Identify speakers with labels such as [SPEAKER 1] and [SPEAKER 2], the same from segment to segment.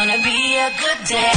[SPEAKER 1] a good day.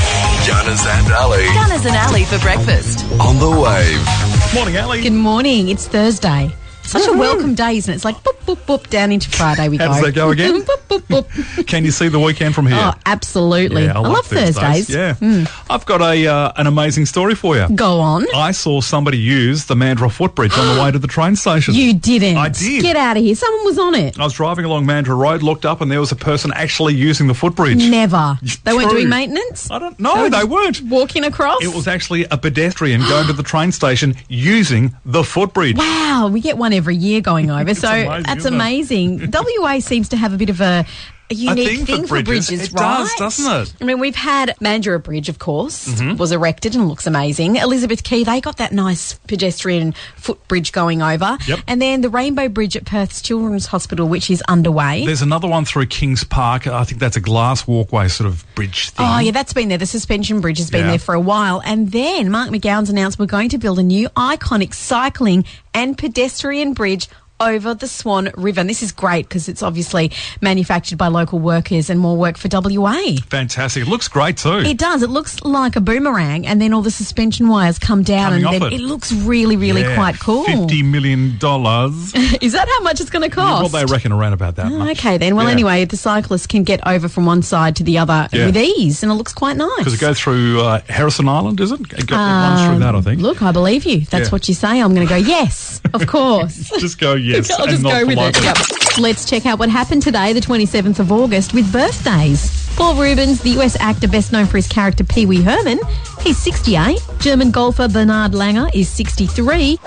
[SPEAKER 2] Gunners and Ali
[SPEAKER 3] Gunners and Alley for breakfast.
[SPEAKER 2] on the wave.
[SPEAKER 4] Morning, Ellie.
[SPEAKER 5] Good morning. It's Thursday. Such a welcome day, isn't it? It's like boop, boop, boop, down into Friday we
[SPEAKER 4] How
[SPEAKER 5] go.
[SPEAKER 4] does that go again?
[SPEAKER 5] boop, boop, boop.
[SPEAKER 4] Can you see the weekend from here?
[SPEAKER 5] Oh, absolutely.
[SPEAKER 4] Yeah,
[SPEAKER 5] I, love Thursdays. Mm.
[SPEAKER 4] Yeah, I've got a uh, an amazing story for you.
[SPEAKER 5] Go on.
[SPEAKER 4] I saw somebody use the Mandurah footbridge on the way to the train station.
[SPEAKER 5] You didn't.
[SPEAKER 4] I did.
[SPEAKER 5] Get out of here. Someone was on it.
[SPEAKER 4] I was driving along Mandurah Road, looked up, and there was a person actually using the footbridge.
[SPEAKER 5] Never. They weren't
[SPEAKER 4] True.
[SPEAKER 5] doing maintenance?
[SPEAKER 4] I don't know. They
[SPEAKER 5] just
[SPEAKER 4] weren't.
[SPEAKER 5] Walking across?
[SPEAKER 4] It was actually a pedestrian going to the train station using the footbridge.
[SPEAKER 5] Wow, we get one every year going over. so
[SPEAKER 4] amazing,
[SPEAKER 5] that's
[SPEAKER 4] isn't it?
[SPEAKER 5] amazing. WA seems to have a bit of a, a unique
[SPEAKER 4] thing for
[SPEAKER 5] for
[SPEAKER 4] bridges.
[SPEAKER 5] bridges,
[SPEAKER 4] It
[SPEAKER 5] right?
[SPEAKER 4] does, doesn't it?
[SPEAKER 5] I mean, we've had Mandurah Bridge, of course, was erected and looks amazing. Elizabeth Quay, they got that nice pedestrian footbridge going over.
[SPEAKER 4] Yep.
[SPEAKER 5] And then the Rainbow Bridge at Perth's Children's Hospital, which is underway.
[SPEAKER 4] There's another one through Kings Park. I think that's a glass walkway sort of bridge thing.
[SPEAKER 5] Oh, yeah, that's been there. The suspension bridge has been
[SPEAKER 4] Yeah.
[SPEAKER 5] there for a while. And then Mark McGowan's announced we're going to build a new iconic cycling and pedestrian bridge over the Swan River. And this is great because it's obviously manufactured by local workers and more work for WA.
[SPEAKER 4] Fantastic. It looks great too.
[SPEAKER 5] It does. It looks like a boomerang, and then all the suspension wires come down,
[SPEAKER 4] Coming
[SPEAKER 5] and
[SPEAKER 4] off
[SPEAKER 5] then
[SPEAKER 4] it.
[SPEAKER 5] it. looks really, really
[SPEAKER 4] Yeah,
[SPEAKER 5] quite cool.
[SPEAKER 4] Fifty million dollars.
[SPEAKER 5] Is that how much it's going to
[SPEAKER 4] Well,
[SPEAKER 5] cost?
[SPEAKER 4] they reckon around about that much.
[SPEAKER 5] Oh, okay, then. Well,
[SPEAKER 4] Yeah.
[SPEAKER 5] anyway, the cyclist can get over from one side to the other
[SPEAKER 4] Yeah.
[SPEAKER 5] with ease, and it looks quite nice.
[SPEAKER 4] Because it goes through uh, Harrison Island, is it? It, go, it runs through that, I think.
[SPEAKER 5] Um, Look, I believe you. That's
[SPEAKER 4] Yeah.
[SPEAKER 5] what you say. I'm going to go, yes, of course.
[SPEAKER 4] Just go yes.
[SPEAKER 5] I'll
[SPEAKER 4] and
[SPEAKER 5] just
[SPEAKER 4] not
[SPEAKER 5] go with it.
[SPEAKER 4] politely.
[SPEAKER 5] Yep. Let's check out what happened today, the 27th of August, with birthdays. Paul Rubens, the US actor best known for his character Pee Wee Herman, he's 68. German golfer Bernard Langer is 63.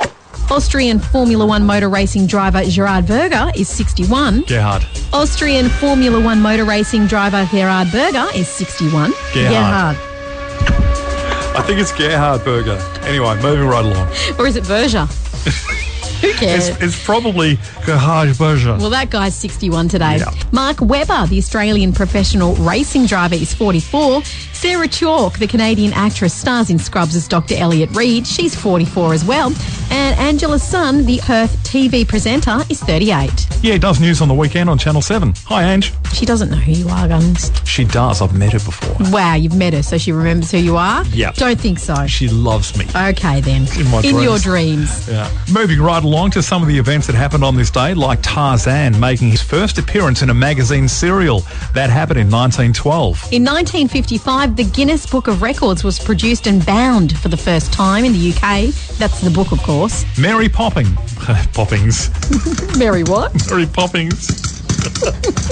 [SPEAKER 5] Austrian Formula One motor racing driver Gerard Berger is 61.
[SPEAKER 4] Gerhard.
[SPEAKER 5] Austrian Formula One motor racing driver Gerard Berger is 61.
[SPEAKER 4] Gerhard. I think it's Gerhard Burger. Anyway, moving right along.
[SPEAKER 5] Gerhard. Or is it Berger? Who cares?
[SPEAKER 4] It's, it's probably Gerhard Berger.
[SPEAKER 5] Well, that guy's 61 today.
[SPEAKER 4] Yeah.
[SPEAKER 5] Mark Webber, the Australian professional racing driver, is 44. Sarah Chalk, the Canadian actress, stars in Scrubs as Dr. Elliot Reed. She's 44 as well. And Angela Sun, the Perth TV presenter, is 38.
[SPEAKER 4] yeah, he does news on the weekend on Channel 7. Hi, Ange.
[SPEAKER 5] She doesn't know who you are, Guns.
[SPEAKER 4] She does. I've met her before.
[SPEAKER 5] Wow, you've met her, so she remembers who you are?
[SPEAKER 4] Yep.
[SPEAKER 5] Don't think so.
[SPEAKER 4] She loves me.
[SPEAKER 5] Okay, then.
[SPEAKER 4] In my dreams.
[SPEAKER 5] your dreams.
[SPEAKER 4] Yeah. Moving right along to some of the events that happened on this day, like Tarzan making his first appearance in a magazine serial. That happened in 1912.
[SPEAKER 5] In 1955, the Guinness Book of Records was produced and bound for the first time in the UK. That's the book, of course.
[SPEAKER 4] Mary Popping. Poppings.
[SPEAKER 5] Mary what?
[SPEAKER 4] Mary Poppings.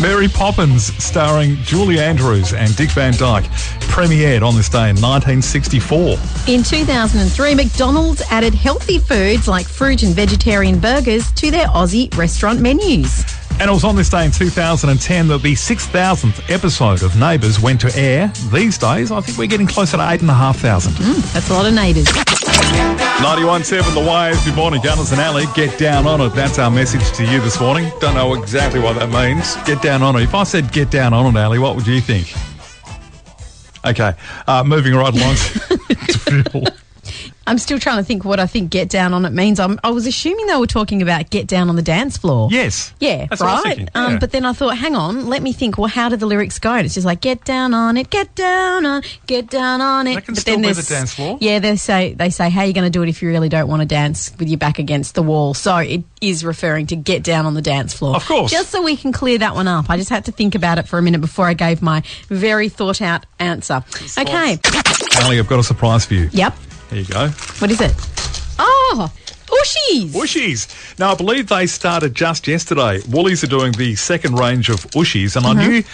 [SPEAKER 4] Mary Poppins, starring Julie Andrews and Dick Van Dyke, premiered on this day in 1964.
[SPEAKER 5] In 2003, McDonald's added healthy foods like fruit and vegetarian burgers to their Aussie restaurant menus.
[SPEAKER 4] And it was on this day in 2010 that the 6,000th episode of Neighbours went to air. These days, I think we're getting closer to 8,500.
[SPEAKER 5] That's a lot of neighbours.
[SPEAKER 4] 91.7 The Wave, good morning, Gunners and Alley. Get down on it. That's our message to you this morning. Don't know exactly what that means. Get down on it. If I said get down on it, Alley, what would you think? Okay, uh, moving right along. to-
[SPEAKER 5] I'm still trying to think what I think get down on it means. I'm, I was assuming they were talking about get down on the dance floor.
[SPEAKER 4] yes.
[SPEAKER 5] Yeah,
[SPEAKER 4] That's what I was
[SPEAKER 5] right.
[SPEAKER 4] thinking.
[SPEAKER 5] Um,
[SPEAKER 4] Yeah.
[SPEAKER 5] But then I thought, hang on, let me think. Well, how do the lyrics go? And it's just like get down on it, get down on, get down on it.
[SPEAKER 4] That can
[SPEAKER 5] but
[SPEAKER 4] still
[SPEAKER 5] then
[SPEAKER 4] be
[SPEAKER 5] there's-
[SPEAKER 4] the dance floor.
[SPEAKER 5] Yeah, they say they say how are you going to do it if you really don't want to dance with your back against the wall. So it is referring to get down on the dance floor.
[SPEAKER 4] Of course.
[SPEAKER 5] Just so we can clear that one up. I just had to think about it for a minute before I gave my very thought out answer. Okay.
[SPEAKER 4] Alley, I've got a surprise for you.
[SPEAKER 5] Yep.
[SPEAKER 4] Here you go.
[SPEAKER 5] What is it? Oh, ushies.
[SPEAKER 4] Ushies. Now, I believe they started just yesterday. Woolies are doing the second range of Ushies, and I knew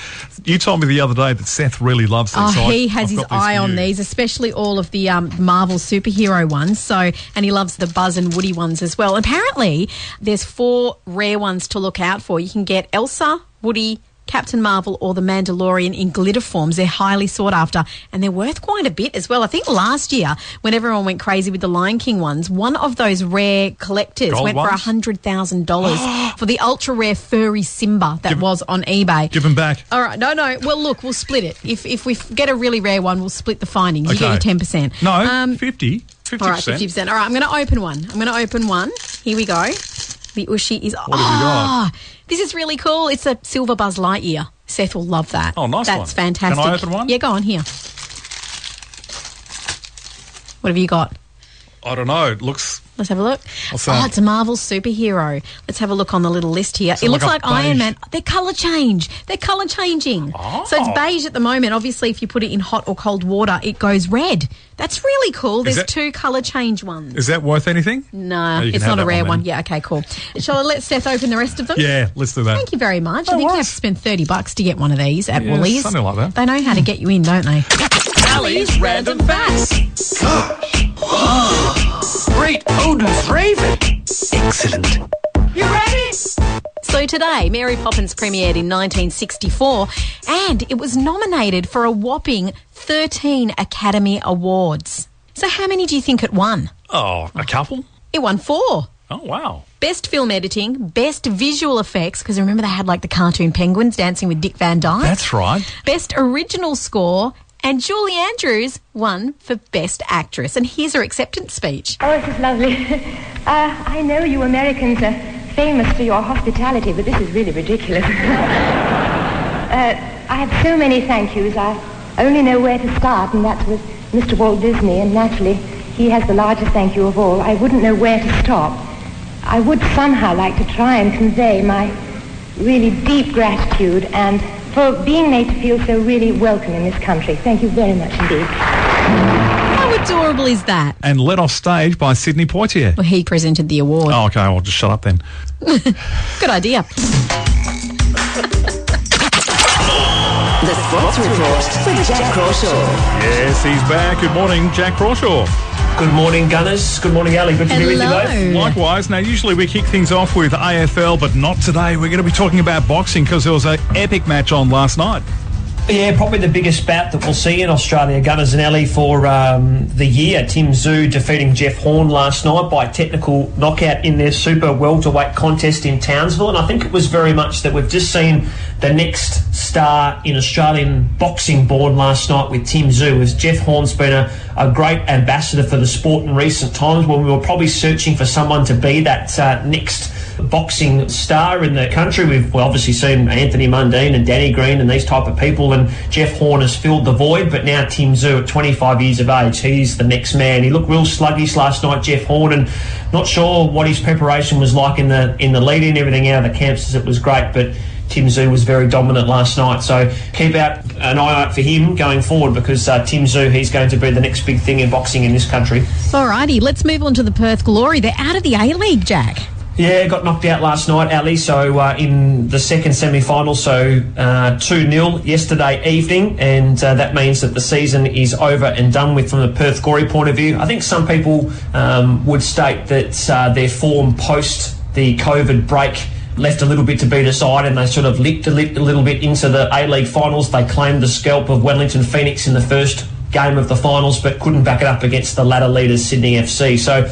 [SPEAKER 4] you told me the other day that Seth really loves them.
[SPEAKER 5] Uh-huh. Oh,
[SPEAKER 4] so I-
[SPEAKER 5] he has
[SPEAKER 4] I've
[SPEAKER 5] his
[SPEAKER 4] got these
[SPEAKER 5] eye
[SPEAKER 4] for
[SPEAKER 5] on
[SPEAKER 4] you.
[SPEAKER 5] these, especially all of the um, Marvel superhero ones. So, and he loves the Buzz and Woody ones as well. Apparently, there's four rare ones to look out for. You can get Elsa, Woody. Captain Marvel or the Mandalorian in glitter forms. They're highly sought after and they're worth quite a bit as well. I think last year, when everyone went crazy with the Lion King ones, one of those rare collectors
[SPEAKER 4] Gold
[SPEAKER 5] went for
[SPEAKER 4] ones?
[SPEAKER 5] $100,000 for the ultra rare furry Simba that was on eBay.
[SPEAKER 4] Give them back.
[SPEAKER 5] All right. No, no. Well, look, we'll split it. If if we f- get a really rare one, we'll split the findings. You get your ten percent. Um,
[SPEAKER 4] No, 50. 50%.
[SPEAKER 5] All right, fifty percent. All right. I'm going to open one. I'm going to open one. Here we go. The Ushi is.
[SPEAKER 4] What have you got?
[SPEAKER 5] Ah, this is really cool. It's a silver Buzz Lightyear. Seth will love that.
[SPEAKER 4] Oh, nice
[SPEAKER 5] That's
[SPEAKER 4] one. Can I
[SPEAKER 5] fantastic.
[SPEAKER 4] open one?
[SPEAKER 5] Yeah, go on here. What have you got?
[SPEAKER 4] I don't know. It looks
[SPEAKER 5] Let's have a look.
[SPEAKER 4] What's
[SPEAKER 5] Oh,
[SPEAKER 4] that?
[SPEAKER 5] it's a Marvel superhero. Let's have a look on the little list here. it
[SPEAKER 4] like
[SPEAKER 5] looks
[SPEAKER 4] a
[SPEAKER 5] like, Iron
[SPEAKER 4] beige-
[SPEAKER 5] Man. They're colour change. They're colour changing. So it's
[SPEAKER 4] Oh.
[SPEAKER 5] beige at the moment. Obviously, if you put it in hot or cold water, it goes red. That's really cool. There's
[SPEAKER 4] that-
[SPEAKER 5] two colour change ones.
[SPEAKER 4] is that worth anything?
[SPEAKER 5] no,
[SPEAKER 4] Oh, you can
[SPEAKER 5] it's
[SPEAKER 4] have
[SPEAKER 5] not a
[SPEAKER 4] that
[SPEAKER 5] rare
[SPEAKER 4] then.
[SPEAKER 5] one. Yeah, okay, cool. Shall I let Seth open the rest of them?
[SPEAKER 4] Yeah, let's do that.
[SPEAKER 5] Thank you very much. I
[SPEAKER 4] No
[SPEAKER 5] think you have
[SPEAKER 4] worries.
[SPEAKER 5] to spend 30 bucks to get one of these at
[SPEAKER 4] Yeah,
[SPEAKER 5] Woolies.
[SPEAKER 4] something like that.
[SPEAKER 5] They know how to get you in, don't they?
[SPEAKER 3] Ali's random facts.
[SPEAKER 1] Great Odin's Raven. Excellent.
[SPEAKER 5] So today, Mary Poppins premiered in 1964 and it was nominated for a whopping 13 Academy Awards. So how many do you think it won?
[SPEAKER 4] Oh, a couple?
[SPEAKER 5] It won four.
[SPEAKER 4] Oh, wow.
[SPEAKER 5] Best film editing, best visual effects, because remember they had like the cartoon penguins dancing with Dick Van Dyke.
[SPEAKER 4] That's right.
[SPEAKER 5] Best original score, and Julie Andrews won for best actress. And here's her acceptance speech.
[SPEAKER 6] Oh, it was lovely. Uh, I know you Americans are famous for your hospitality, but this is really ridiculous. uh, I have so many thank yous. I only know where to start, and that's with Mr. Walt Disney, and naturally, he has the largest thank you of all. I wouldn't know where to stop. I would somehow like to try and convey my really deep gratitude and for being made to feel so really welcome in this country. Thank you very much indeed.
[SPEAKER 5] How adorable is that?
[SPEAKER 4] And led off stage by Sidney Poitier.
[SPEAKER 5] Well, he presented the award.
[SPEAKER 4] Oh, okay. Well, just shut up then.
[SPEAKER 5] Good idea.
[SPEAKER 3] The sports report with Jack Crawshaw.
[SPEAKER 4] Yes, he's back. Good morning, Jack Crawshaw.
[SPEAKER 1] Good morning, Gunners. Good morning, Ali. Good to be with you both.
[SPEAKER 5] Hello.
[SPEAKER 4] Likewise, now usually we kick things off with AFL, but not today. We're going to be talking about boxing because there was an epic match on last night.
[SPEAKER 1] Yeah, probably the biggest bout that we'll see in Australia, Gunners and Alley, for um, the year. Tim Zoo defeating Jeff Horn last night by technical knockout in their super welterweight contest in Townsville. And I think it was very much that we've just seen the next star in Australian boxing born last night with Tim Zoo, as Jeff Horn's been a, a great ambassador for the sport in recent times when we were probably searching for someone to be that uh, next boxing star in the country. We've well, obviously seen Anthony Mundine and Danny Green and these type of people, and Jeff Horn has filled the void. But now Tim Zoo, at 25 years of age, he's the next man. He looked real sluggish last night, Jeff Horn, and not sure what his preparation was like in the in the lead and everything out of the camps. As it was great, but. Tim Zoo was very dominant last night, so keep out an eye out for him going forward because uh, Tim Zoo he's going to be the next big thing in boxing in this country.
[SPEAKER 5] Alrighty, let's move on to the Perth Glory. They're out of the A League, Jack.
[SPEAKER 1] Yeah, got knocked out last night, Ali. So uh, in the second semi-final, so uh, two 0 yesterday evening, and uh, that means that the season is over and done with from the Perth Glory point of view. I think some people um, would state that uh, their form post the COVID break left a little bit to be decided and they sort of licked a, licked a little bit into the A-League finals. They claimed the scalp of Wellington Phoenix in the first game of the finals but couldn't back it up against the latter leaders Sydney FC. So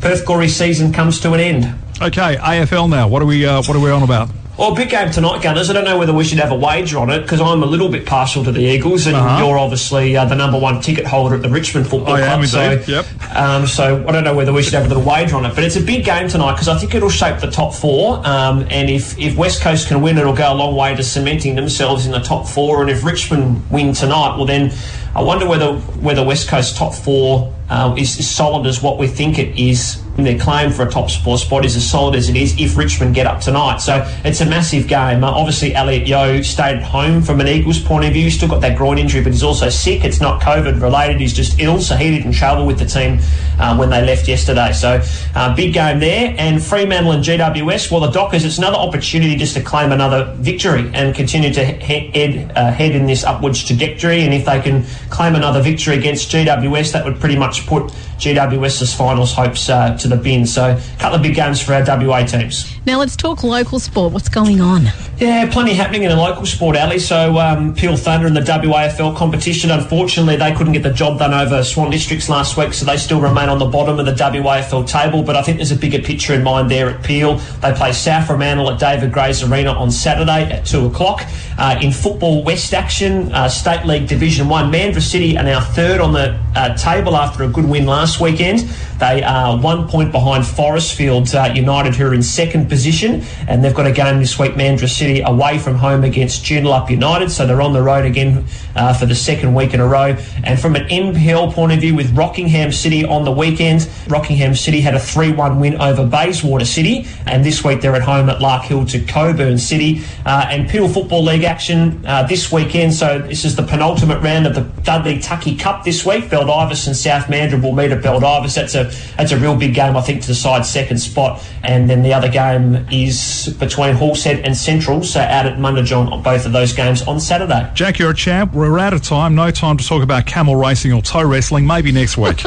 [SPEAKER 1] Perth Glory season comes to an end.
[SPEAKER 4] Okay, AFL now. What are we? Uh, what are we on about?
[SPEAKER 1] Well, big game tonight, Gunners. I don't know whether we should have a wager on it because I'm a little bit partial to the Eagles, and you're obviously uh, the number one ticket holder at the Richmond Football
[SPEAKER 4] Uh-huh. I
[SPEAKER 1] Club.
[SPEAKER 4] am
[SPEAKER 1] so,
[SPEAKER 4] indeed, yep.
[SPEAKER 1] um, so I don't know whether we should have a little wager on it, but it's a big game tonight because I think it'll shape the top four. Um, and if, if West Coast can win, it'll go a long way to cementing themselves in the top four. And if Richmond win tonight, well then I wonder whether whether West Coast top four um, is as solid as what we think it is. And Their claim for a top four spot is as solid as it is if Richmond get up tonight. So it's a massive game. Uh, obviously, Elliot Yo stayed at home from an Eagles point of view. Still got that groin injury, but he's also sick. It's not COVID related. He's just ill, so he didn't travel with the team um, when they left yesterday. So uh, big game there. And Fremantle and GWS. Well, the Dockers. It's another opportunity just to claim another victory and continue to he- head uh, head in this upwards trajectory. And if they can claim another victory against GWS, that would pretty much put GWS's finals hopes uh, to the bin. So a couple of big games for our WA teams.
[SPEAKER 5] Now let's talk local sport. What's going on?
[SPEAKER 1] Yeah, plenty happening in the local sport alley. So um, Peel Thunder in the WAFL competition. Unfortunately, they couldn't get the job done over Swan Districts last week, so they still remain on the bottom of the WAFL table. But I think there's a bigger picture in mind there at Peel. They play South Fremantle at David Gray's Arena on Saturday at two o'clock. Uh, in football West action, uh, State League Division One, Mandra City are now third on the uh, table after a good win last weekend. They are one point behind Forestfields uh, United, who are in second position, and they've got a game this week, Mandra City, away from home against Joondalup United. So they're on the road again uh, for the second week in a row. And from an NPL point of view, with Rockingham City on the weekend, Rockingham City had a 3 1 win over Bayswater City, and this week they're at home at Lark Hill to Coburn City. Uh, and Peel Football League action uh, this weekend, so this is the penultimate round of the Dudley Tucky Cup this week. Beldivis and South Mandurah will meet at Beldivis. That's a that's a real big game, I think, to decide second spot. And then the other game is between Hallshead and Central, so out at Mundajon on both of those games on Saturday.
[SPEAKER 4] Jack, you're a champ. We're out of time. No time to talk about camel racing or toe wrestling. Maybe next week.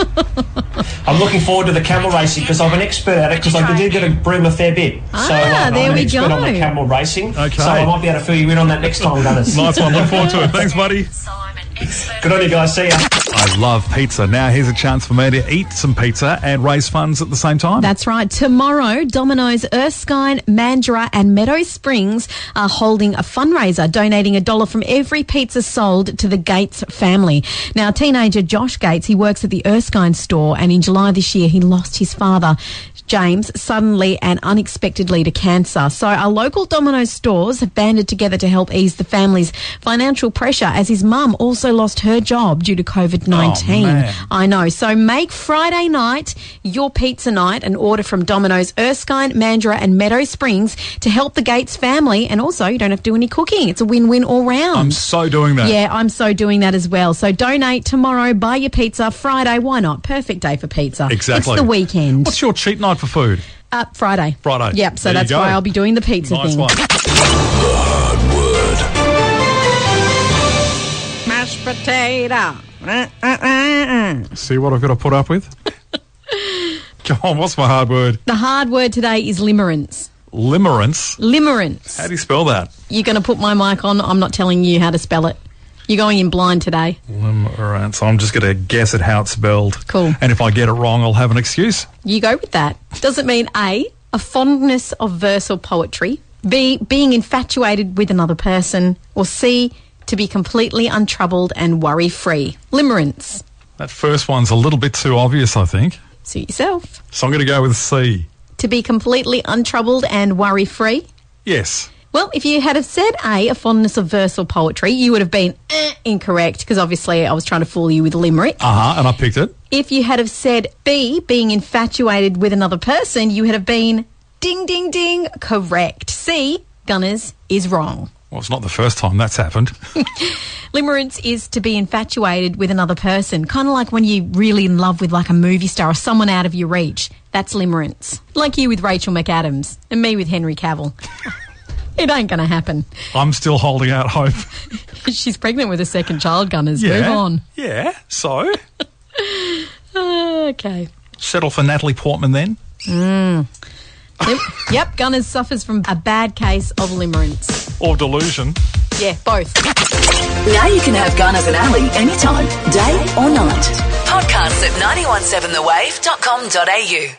[SPEAKER 1] I'm looking forward to the camel racing because I'm an expert at it because I did get a broom a fair bit. so
[SPEAKER 5] Ah,
[SPEAKER 1] um,
[SPEAKER 5] there
[SPEAKER 1] I'm an
[SPEAKER 5] we
[SPEAKER 1] expert
[SPEAKER 5] go.
[SPEAKER 1] on the camel racing.
[SPEAKER 4] Okay.
[SPEAKER 1] So I might be able to fill you in on that next time, Gunners.
[SPEAKER 4] nice one. Look forward to it. Thanks, buddy.
[SPEAKER 1] Good on you guys. See ya.
[SPEAKER 4] I love pizza. Now here's a chance for me to eat some pizza and raise funds at the same time.
[SPEAKER 5] That's right. Tomorrow, Domino's Erskine, Mandurah, and Meadow Springs are holding a fundraiser, donating a dollar from every pizza sold to the Gates family. Now, teenager Josh Gates, he works at the Erskine store, and in July this year, he lost his father. James suddenly and unexpectedly to cancer. So our local Domino's stores have banded together to help ease the family's financial pressure as his mum also lost her job due to COVID-19.
[SPEAKER 4] Oh, man.
[SPEAKER 5] I know. So make Friday night your pizza night and order from Domino's Erskine, Mandurah, and Meadow Springs to help the Gates family. And also, you don't have to do any cooking. It's a win win all round.
[SPEAKER 4] I'm so doing that.
[SPEAKER 5] yeah, I'm so doing that as well. So donate tomorrow, buy your pizza. Friday, why not? Perfect day for pizza.
[SPEAKER 4] Exactly.
[SPEAKER 5] It's the weekend.
[SPEAKER 4] What's your cheat night for food?
[SPEAKER 5] uh, Friday.
[SPEAKER 4] Friday.
[SPEAKER 5] Yep, so
[SPEAKER 4] There you
[SPEAKER 5] that's
[SPEAKER 4] go.
[SPEAKER 5] why I'll be doing the pizza
[SPEAKER 4] Nice
[SPEAKER 5] thing.
[SPEAKER 4] one.
[SPEAKER 7] mashed potato.
[SPEAKER 4] See what I've got to put up with? Come on, what's my hard word?
[SPEAKER 5] The hard word today is limerence.
[SPEAKER 4] Limerence.
[SPEAKER 5] Limerence.
[SPEAKER 4] How do you spell that?
[SPEAKER 5] You're going to put my mic on. I'm not telling you how to spell it. You're going in blind today.
[SPEAKER 4] Limerence. I'm just going to guess at how it's spelled.
[SPEAKER 5] Cool.
[SPEAKER 4] And if I get it wrong, I'll have an excuse.
[SPEAKER 5] You go with that. Does it mean A, a fondness of verse or poetry, B, being infatuated with another person, or C, to be completely untroubled and worry free? Limerence.
[SPEAKER 4] That first one's a little bit too obvious, I think.
[SPEAKER 5] Suit yourself.
[SPEAKER 4] So I'm going to go with C.
[SPEAKER 5] To be completely untroubled and worry free.
[SPEAKER 4] Yes.
[SPEAKER 5] Well, if you had have said A, a fondness of verse or poetry, you would have been eh, incorrect because obviously I was trying to fool you with a limerick.
[SPEAKER 4] Uh huh. And I picked it.
[SPEAKER 5] If you had have said B, being infatuated with another person, you would have been ding, ding, ding, correct. C, Gunners is wrong.
[SPEAKER 4] Well, it's not the first time that's happened.
[SPEAKER 5] Limerence is to be infatuated with another person, kind of like when you're really in love with like a movie star or someone out of your reach. That's limerence. Like you with Rachel McAdams and me with Henry Cavill. it ain't going to happen.
[SPEAKER 4] I'm still holding out hope.
[SPEAKER 5] She's pregnant with a second child, Gunners. Move on.
[SPEAKER 4] Yeah. So
[SPEAKER 5] Ah, Okay.
[SPEAKER 4] settle for Natalie Portman then.
[SPEAKER 5] Yep, yep Gunners suffers from a bad case of limerence.
[SPEAKER 4] Or delusion.
[SPEAKER 5] Yeah, both.
[SPEAKER 3] Now you can have Gunners and Alley anytime, day or night.
[SPEAKER 8] Podcasts at 917thewave.com.au.